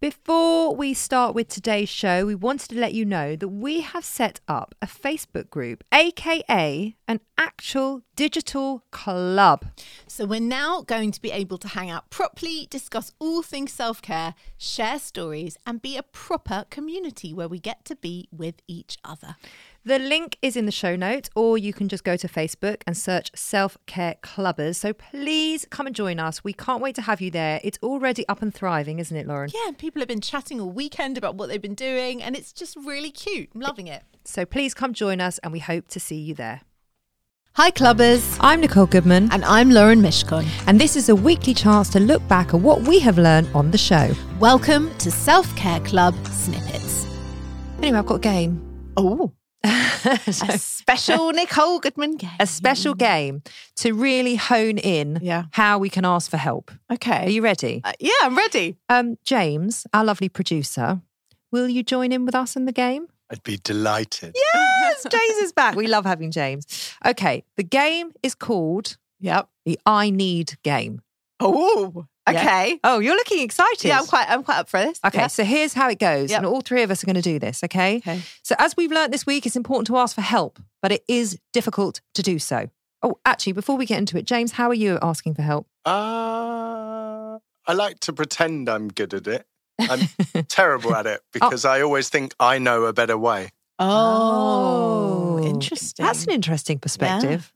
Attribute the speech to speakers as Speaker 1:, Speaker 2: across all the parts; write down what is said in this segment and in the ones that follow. Speaker 1: Before we start with today's show, we wanted to let you know that we have set up a Facebook group, aka an actual digital club.
Speaker 2: So we're now going to be able to hang out properly, discuss all things self care, share stories, and be a proper community where we get to be with each other.
Speaker 1: The link is in the show notes, or you can just go to Facebook and search Self Care Clubbers. So please come and join us. We can't wait to have you there. It's already up and thriving, isn't it, Lauren?
Speaker 2: Yeah, and people have been chatting all weekend about what they've been doing, and it's just really cute. I'm loving it.
Speaker 1: So please come join us, and we hope to see you there.
Speaker 2: Hi, clubbers.
Speaker 1: I'm Nicole Goodman.
Speaker 2: And I'm Lauren Mishkon.
Speaker 1: And this is a weekly chance to look back at what we have learned on the show.
Speaker 2: Welcome to Self Care Club Snippets.
Speaker 1: Anyway, I've got a game.
Speaker 2: Oh,
Speaker 1: So-
Speaker 2: a special Nicole Goodman game.
Speaker 1: a special game to really hone in
Speaker 2: Yeah.
Speaker 1: how we can ask for help.
Speaker 2: Okay.
Speaker 1: Are you ready?
Speaker 2: Uh, yeah, I'm ready.
Speaker 1: Um, James, our lovely producer, will you join in with us in the game?
Speaker 3: I'd be delighted.
Speaker 1: Yes, James is back. We love having James. Okay, the game is called
Speaker 2: Yep.
Speaker 1: the I Need game.
Speaker 2: Oh,
Speaker 1: Yeah.
Speaker 2: okay.
Speaker 1: Oh, you're looking excited.
Speaker 2: Yeah, I'm quite. I'm quite up for this.
Speaker 1: Okay,
Speaker 2: Yeah.
Speaker 1: so here's how it goes.
Speaker 2: Yep.
Speaker 1: And all three of us are going to do this, okay?
Speaker 2: Okay.
Speaker 1: So, as we've learnt this week, it's important to ask for help, but it is difficult to do so. Oh, actually, before we get into it, James, how are you at asking for help?
Speaker 3: Uh, I like to pretend I'm good at it. I'm terrible at it because I always think I know a better way.
Speaker 2: Oh, interesting.
Speaker 1: That's an interesting perspective.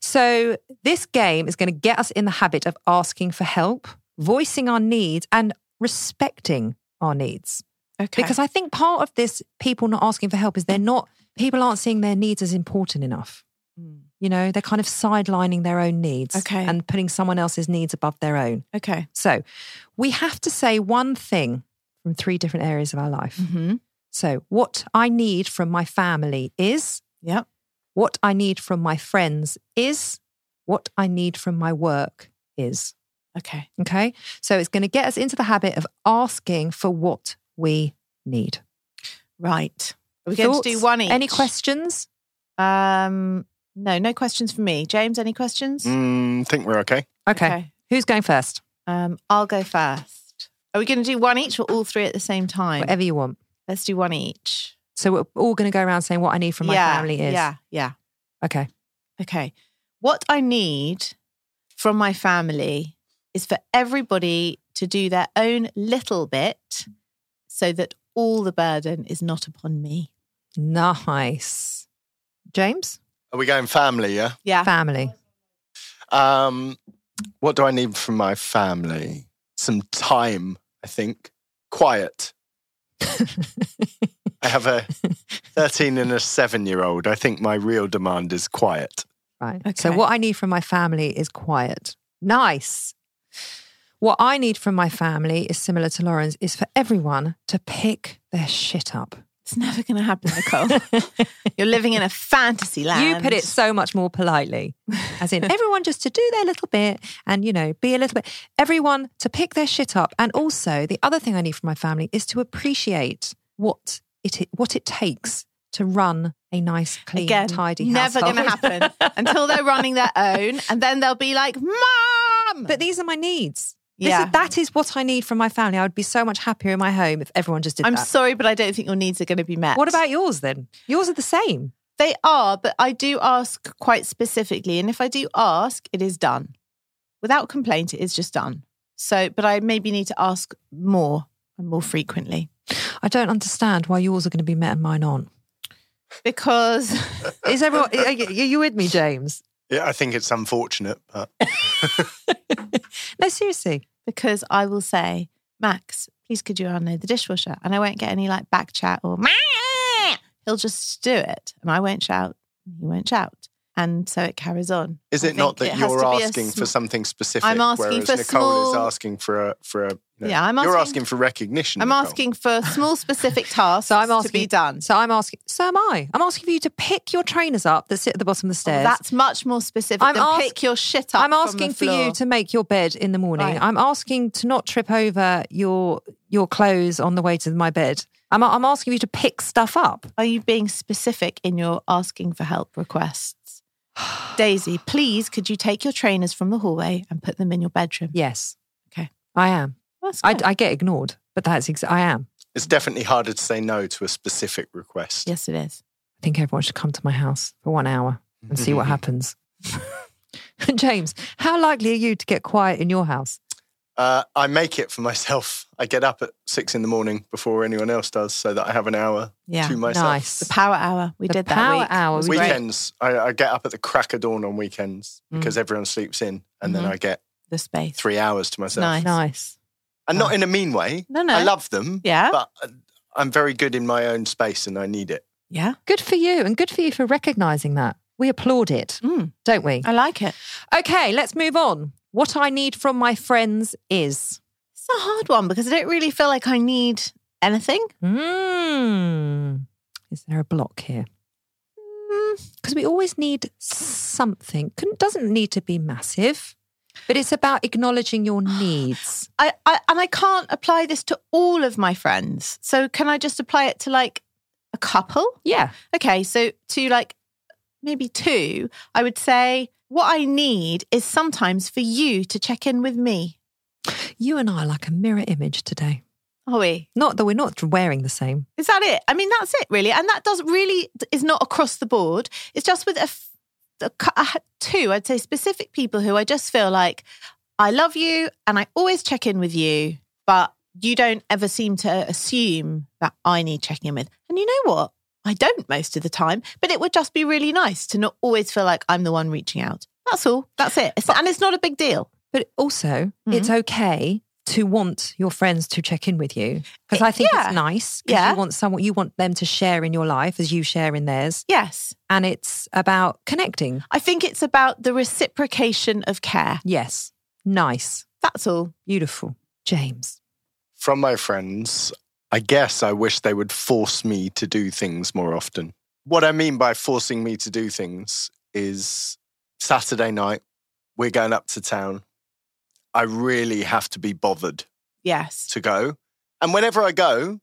Speaker 1: So, this game is going to get us in the habit of asking for help, voicing our needs, and respecting our needs.
Speaker 2: okay.
Speaker 1: Because I think part of this, people not asking for help, is they're not, people aren't seeing their needs as important enough. You know, they're kind of sidelining their own needs
Speaker 2: Okay.
Speaker 1: and putting someone else's needs above their own.
Speaker 2: okay.
Speaker 1: So we have to say one thing from three different areas of our life.
Speaker 2: Mm-hmm.
Speaker 1: So, what I need from my family is,
Speaker 2: Yep.
Speaker 1: what I need from my friends is, what I need from my work is.
Speaker 2: Okay.
Speaker 1: Okay. So, it's going to get us into the habit of asking for what we need.
Speaker 2: Right. Are we going to do
Speaker 1: Thoughts?
Speaker 2: one each?
Speaker 1: Any questions?
Speaker 2: Um. No. No questions for me. James, any questions?
Speaker 3: Mm, think we're okay.
Speaker 1: Okay.
Speaker 2: Okay.
Speaker 1: Who's going first?
Speaker 2: Um. I'll go first. Are we going to do one each or all three at the same time?
Speaker 1: Whatever you want.
Speaker 2: Let's do one each.
Speaker 1: So, we're all going to go around saying what I need from
Speaker 2: yeah,
Speaker 1: my family is.
Speaker 2: Yeah. Yeah.
Speaker 1: Okay.
Speaker 2: Okay. What I need from my family is for everybody to do their own little bit so that all the burden is not upon me.
Speaker 1: Nice. James?
Speaker 3: Are we going family? Yeah.
Speaker 2: Yeah.
Speaker 1: Family.
Speaker 3: Um, what do I need from my family? Some time, I think. Quiet. I have a 13 and a seven year old. I think my real demand is quiet.
Speaker 1: Right. So
Speaker 2: Okay.
Speaker 1: what I need from my family is quiet. Nice. What I need from my family is similar to Lauren's is for everyone to pick their shit up.
Speaker 2: It's never going to happen, Nicole. You're living in a fantasy land.
Speaker 1: You put it so much more politely. As in everyone just to do their little bit and you know, be a little bit everyone to pick their shit up and also the other thing I need from my family is to appreciate what it what it takes to run a nice clean
Speaker 2: Again,
Speaker 1: tidy
Speaker 2: never
Speaker 1: household.
Speaker 2: going to happen until they're running their own, and then they'll be like, "Mom!"
Speaker 1: But these are my needs. This is-
Speaker 2: Yeah.
Speaker 1: that is what I need from my family. I would be so much happier in my home if everyone just did
Speaker 2: I'm
Speaker 1: that.
Speaker 2: sorry, but I don't think your needs are going to be met.
Speaker 1: what about yours then? Yours are the same.
Speaker 2: They are, but I do ask quite specifically. And if I do ask, it is done. Without complaint, it is just done. So, but I maybe need to ask more and more frequently
Speaker 1: I don't understand why yours are going to be met and mine aren't.
Speaker 2: because
Speaker 1: Is everyone? Are you, are you with me, James?
Speaker 3: Yeah, I think it's unfortunate, but
Speaker 1: No, seriously.
Speaker 2: because I will say, Max, please could you unload the dishwasher? And I won't get any like back chat or "Mah!" he'll just do it, and I won't shout. and He won't shout, and so it carries on.
Speaker 3: is
Speaker 2: I
Speaker 3: it not
Speaker 2: think
Speaker 3: that
Speaker 2: it has
Speaker 3: you're
Speaker 2: to be a
Speaker 3: asking
Speaker 2: sm-
Speaker 3: for something specific?
Speaker 2: I'm asking
Speaker 3: whereas
Speaker 2: for
Speaker 3: Nicole is
Speaker 2: small-
Speaker 3: asking for a for a. you know,
Speaker 2: Yeah, I'm
Speaker 3: You're
Speaker 2: asking-
Speaker 3: asking for recognition.
Speaker 2: I'm
Speaker 3: Nicole.
Speaker 2: asking for small specific tasks
Speaker 1: So I'm
Speaker 2: to be
Speaker 1: asking.
Speaker 2: done.
Speaker 1: So I'm asking. So am I. I'm asking for you to pick your trainers up that sit at the bottom of the
Speaker 2: Oh,
Speaker 1: stairs.
Speaker 2: That's much more specific
Speaker 1: I'm
Speaker 2: than
Speaker 1: ask-
Speaker 2: pick your shit up.
Speaker 1: I'm
Speaker 2: from the
Speaker 1: asking for
Speaker 2: floor.
Speaker 1: you to make your bed in the morning.
Speaker 2: Right.
Speaker 1: I'm asking to not trip over your your clothes on the way to my bed. I'm I'm asking you to pick stuff up.
Speaker 2: Are you being specific in your asking for help requests? Daisy, please could you take your trainers from the hallway and put them in your bedroom?
Speaker 1: Yes.
Speaker 2: Okay.
Speaker 1: I am.
Speaker 2: That's
Speaker 1: I,
Speaker 2: good.
Speaker 1: I get ignored, but that's ex- I am.
Speaker 3: It's definitely harder to say no to a specific request.
Speaker 2: yes, it is.
Speaker 1: I think everyone should come to my house for one hour and see what happens. James, how likely are you to get quiet in your house?
Speaker 3: Uh, I make it for myself. I get up at six in the morning before anyone else does, so that I have an hour
Speaker 2: Yeah,
Speaker 3: to myself.
Speaker 1: Nice.
Speaker 2: The power hour. We
Speaker 1: The
Speaker 2: did
Speaker 1: power
Speaker 2: that week.
Speaker 1: hour
Speaker 2: was
Speaker 1: we
Speaker 2: great.
Speaker 1: did.
Speaker 2: Mm.
Speaker 3: Weekends, I, I get up at the crack of dawn on weekends because everyone sleeps in, and then I get
Speaker 2: The space.
Speaker 3: three hours to myself.
Speaker 2: Mm-hmm. Nice.
Speaker 1: Nice.
Speaker 3: And not in a mean way.
Speaker 2: No, no.
Speaker 3: I love them.
Speaker 2: Yeah.
Speaker 3: But I'm very good in my own space, and I need it.
Speaker 2: Yeah.
Speaker 1: Good for you, and good for you for recognizing that. We applaud it,
Speaker 2: Mm.
Speaker 1: don't we?
Speaker 2: I like it.
Speaker 1: Okay, let's move on. What I need from my friends is.
Speaker 2: It's a hard one because I don't really feel like I need anything.
Speaker 1: Mm. Is there a block here? Because we always need something. Couldn't- Doesn't need to be massive, but it's about acknowledging your needs.
Speaker 2: I, I and I can't apply this to all of my friends. So can I just apply it to like a couple?
Speaker 1: Yeah.
Speaker 2: Okay, so to like maybe two, I would say what I need is sometimes for you to check in with me.
Speaker 1: You and I are like a mirror image today.
Speaker 2: Are we?
Speaker 1: Not that we're not wearing the same.
Speaker 2: Is that it? I mean, that's it really, and that does really is not across the board. It's just with a, f- a cou- I had two, I'd say specific people who I just feel like I love you and I always check in with you, but you don't ever seem to assume that I need checking in with. And you know what? I don't most of the time, but it would just be really nice to not always feel like I'm the one reaching out. That's all. That's it. It's, and it's not a big deal.
Speaker 1: But also,
Speaker 2: Mm-hmm.
Speaker 1: it's okay to want your friends to check in with you because I think
Speaker 2: Yeah.
Speaker 1: it's nice. 'cause
Speaker 2: Yeah.
Speaker 1: You want someone, you want them to share in your life as you share in theirs.
Speaker 2: Yes.
Speaker 1: And it's about connecting.
Speaker 2: I think it's about the reciprocation of care.
Speaker 1: Yes. Nice.
Speaker 2: That's all.
Speaker 1: Beautiful. James.
Speaker 3: From my friends, I guess I wish they would force me to do things more often. What I mean by forcing me to do things is Saturday night, we're going up to town. I really have to be bothered
Speaker 2: Yes.
Speaker 3: to go. And whenever I go,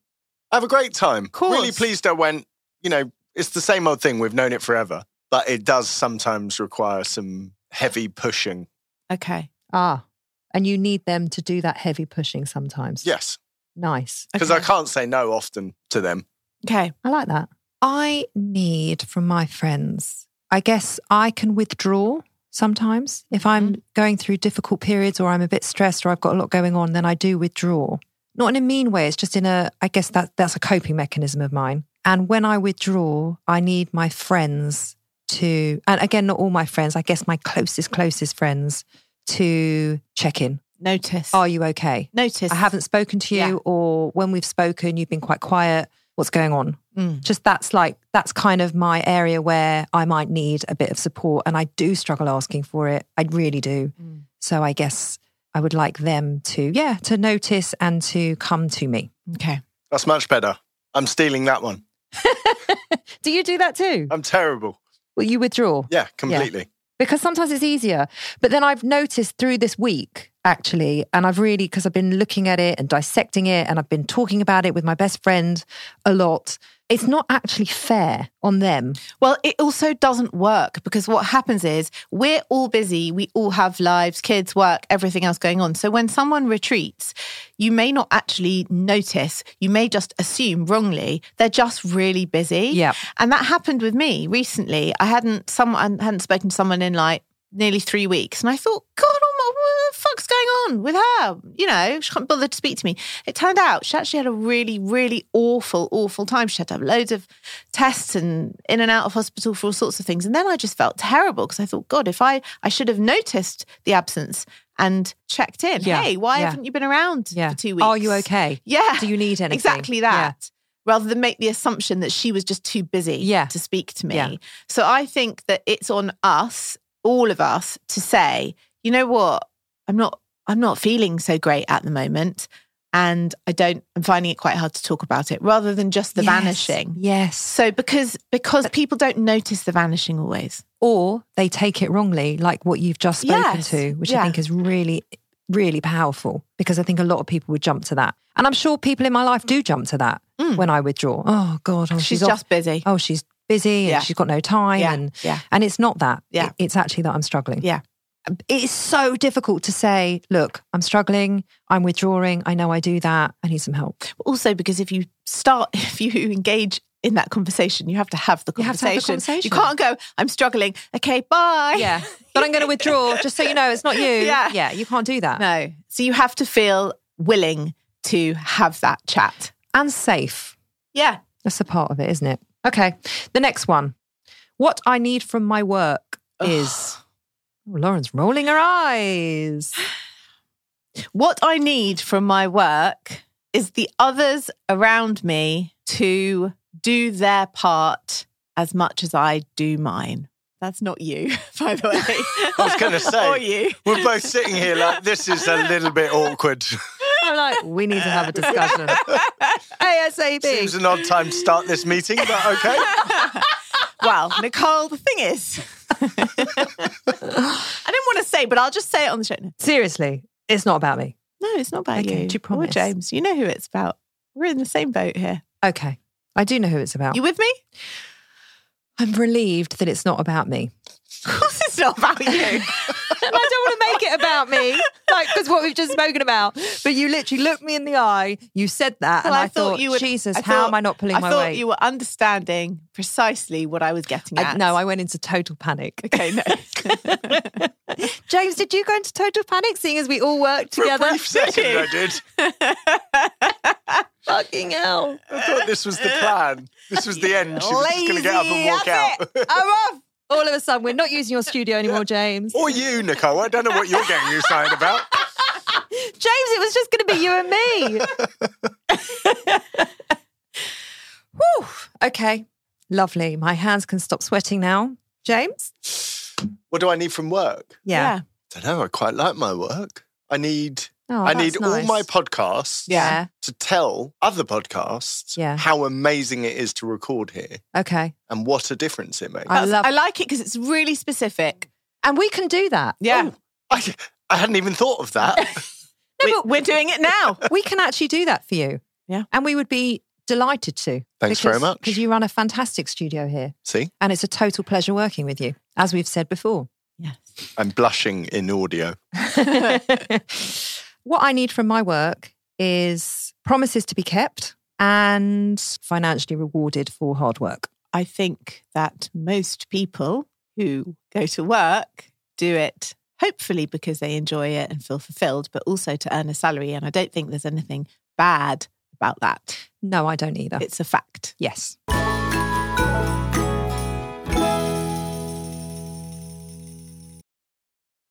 Speaker 3: I have a great time.
Speaker 2: course.
Speaker 3: Really pleased I went. You know, it's the same old thing. We've known it forever, but it does sometimes require some heavy pushing.
Speaker 2: Okay.
Speaker 1: Ah. And you need them to do that heavy pushing sometimes.
Speaker 3: Yes,
Speaker 1: Nice.
Speaker 3: because
Speaker 2: Okay.
Speaker 3: I can't say no often to them.
Speaker 2: Okay.
Speaker 1: I like that. I need from my friends. I guess I can withdraw sometimes if I'm going through difficult periods or I'm a bit stressed or I've got a lot going on. Then I do withdraw, not in a mean way. It's just in a. I guess that that's a coping mechanism of mine. And when I withdraw, I need my friends to, and again, not all my friends. I guess my closest, closest friends to check in.
Speaker 2: Notice.
Speaker 1: Are you okay?
Speaker 2: Notice.
Speaker 1: I Oh, haven't spoken to you,
Speaker 2: Yeah.
Speaker 1: or when we've spoken, you've been quite quiet. What's going on?
Speaker 2: Mm.
Speaker 1: Just that's like, that's kind of my area where I might need a bit of support. And I do struggle asking for it. I really do. So I guess I would like them to, yeah, to notice and to come to me.
Speaker 2: Okay.
Speaker 3: That's much better. I'm stealing that one.
Speaker 1: Do you do that too?
Speaker 3: I'm terrible.
Speaker 1: Well, you withdraw.
Speaker 3: Yeah, completely.
Speaker 1: because sometimes it's easier. But then I've noticed through this week, actually, and I've really, because I've been looking at it and dissecting it and I've been talking about it with my best friend a lot, it's not actually fair on them.
Speaker 2: Well, it also doesn't work because what happens is we're all busy. We all have lives, kids, work, everything else going on. So when someone retreats, you may not actually notice. You may just assume wrongly they're just really busy.
Speaker 1: Yeah.
Speaker 2: And that happened with me recently. I hadn't someone hadn't spoken to someone in like nearly three weeks, and I thought, God, oh my, what the fuck fuck's going on with her? You know, she can't bother to speak to me. It turned out she actually had a really, really awful, awful time. She had to have loads of tests and in and out of hospital for all sorts of things. And then I just felt terrible because I thought, God, if I, I should have noticed the absence and checked in.
Speaker 1: Yeah,
Speaker 2: Hey, why
Speaker 1: yeah.
Speaker 2: haven't you been around
Speaker 1: Yeah.
Speaker 2: for two weeks?
Speaker 1: Are you okay?
Speaker 2: Yeah.
Speaker 1: Do you need anything?
Speaker 2: Exactly that. Rather than make the assumption that she was just too busy
Speaker 1: Yeah.
Speaker 2: to speak to me.
Speaker 1: Yeah.
Speaker 2: So I think that it's on us, all of us, to say, you know what, I'm not I'm not feeling so great at the moment. And I don't I'm finding it quite hard to talk about it, rather than just the
Speaker 1: Yes,
Speaker 2: vanishing.
Speaker 1: Yes.
Speaker 2: So because because people don't notice the vanishing always.
Speaker 1: Or they take it wrongly, like what you've just spoken
Speaker 2: Yes,
Speaker 1: to, which I
Speaker 2: yeah.
Speaker 1: think is really, really powerful because I think a lot of people would jump to that. And I'm sure people in my life do jump to that
Speaker 2: Mm.
Speaker 1: when I withdraw. Oh, God. Oh,
Speaker 2: she's
Speaker 1: off-
Speaker 2: just busy.
Speaker 1: Oh, she's busy and
Speaker 2: Yeah.
Speaker 1: she's got no time.
Speaker 2: Yeah,
Speaker 1: And,
Speaker 2: yeah.
Speaker 1: and it's not that.
Speaker 2: Yeah.
Speaker 1: It- it's actually that I'm struggling.
Speaker 2: Yeah.
Speaker 1: It is so difficult to say, look, I'm struggling. I'm withdrawing. I know I do that. I need some help.
Speaker 2: also because if you start if you engage in that conversation you have to have the
Speaker 1: You have to have the
Speaker 2: conversation
Speaker 1: conversation.
Speaker 2: You can't go i'm struggling okay bye
Speaker 1: Yeah. but I'm going to withdraw just so you know it's not you.
Speaker 2: Yeah.
Speaker 1: Yeah. You can't do that.
Speaker 2: no so you have to feel willing to have that chat
Speaker 1: And safe.
Speaker 2: yeah
Speaker 1: That's a part of it, isn't it? Okay. The next one. What I need from my work is. Oh, Lauren's rolling her eyes.
Speaker 2: what i need from my work is the others around me to do their part as much as i do mine that's not you by the way i
Speaker 3: was gonna say.
Speaker 2: or you
Speaker 3: We're both sitting here like this is a little bit awkward.
Speaker 1: I'm like, we need to have a discussion. ASAP.
Speaker 3: Seems an odd time to start this meeting, but okay.
Speaker 2: well, Nicole, the thing is, I didn't want to say, but I'll just say it on the show. No,
Speaker 1: Seriously, it's not about me.
Speaker 2: it's not about
Speaker 1: Okay,
Speaker 2: you.
Speaker 1: do you
Speaker 2: or
Speaker 1: promise?
Speaker 2: James. You know who it's about. We're in the same boat here.
Speaker 1: Okay. I do know who it's about.
Speaker 2: You with me?
Speaker 1: I'm relieved that it's not about me.
Speaker 2: Of course, it's not about you.
Speaker 1: And I don't want to make it about me, like, because what we've just spoken about. But you literally looked me in the eye, you said that,
Speaker 2: Well,
Speaker 1: and I, thought, Jesus,
Speaker 2: I
Speaker 1: how
Speaker 2: thought-
Speaker 1: am I not pulling
Speaker 2: I
Speaker 1: my
Speaker 2: thought
Speaker 1: weight?
Speaker 2: you were understanding precisely what I was getting
Speaker 1: I,
Speaker 2: at.
Speaker 1: no, I went into total panic.
Speaker 2: Okay, no.
Speaker 1: James, did you go into total panic seeing as we all worked
Speaker 3: For a
Speaker 1: together?
Speaker 3: brief second, I did.
Speaker 1: Fucking hell.
Speaker 3: I thought this was the plan. This was the end. She was just going to get up and walk
Speaker 1: that's
Speaker 3: out.
Speaker 1: it. I'm off. All of a sudden, we're not using your studio anymore, James.
Speaker 3: Or you, Nicole. I don't know what you're getting excited about.
Speaker 1: James, it was just going to be you and me. Whew. Okay. Lovely. My hands can stop sweating now. James?
Speaker 3: What do I need from work?
Speaker 1: Yeah.
Speaker 3: I don't know. I quite like my work. I need
Speaker 1: Oh,
Speaker 3: I
Speaker 1: that's
Speaker 3: need all
Speaker 1: nice.
Speaker 3: my podcasts
Speaker 1: Yeah.
Speaker 3: to tell other podcasts
Speaker 1: Yeah.
Speaker 3: how amazing it is to record here
Speaker 1: Okay.
Speaker 3: and what a difference it makes.
Speaker 1: I
Speaker 2: I,
Speaker 1: love-
Speaker 2: love- I like it because it's really specific.
Speaker 1: And we can do that. Oh,
Speaker 2: Yeah.
Speaker 3: I, I hadn't even thought of that.
Speaker 2: we, we're doing it now.
Speaker 1: we can actually do that for you.
Speaker 2: Yeah.
Speaker 1: And we would be delighted to.
Speaker 3: Thanks very much.
Speaker 1: Because you run a fantastic studio here
Speaker 3: See,
Speaker 1: and it's a total pleasure working with you, as we've said before.
Speaker 2: Yes.
Speaker 3: I'm blushing in audio.
Speaker 1: what I need from my work is promises to be kept and financially rewarded for hard work.
Speaker 2: I think that most people who go to work do it hopefully because they enjoy it and feel fulfilled, but also to earn a salary. And I don't think there's anything bad about that.
Speaker 1: No, I don't either.
Speaker 2: It's a fact.
Speaker 1: yes.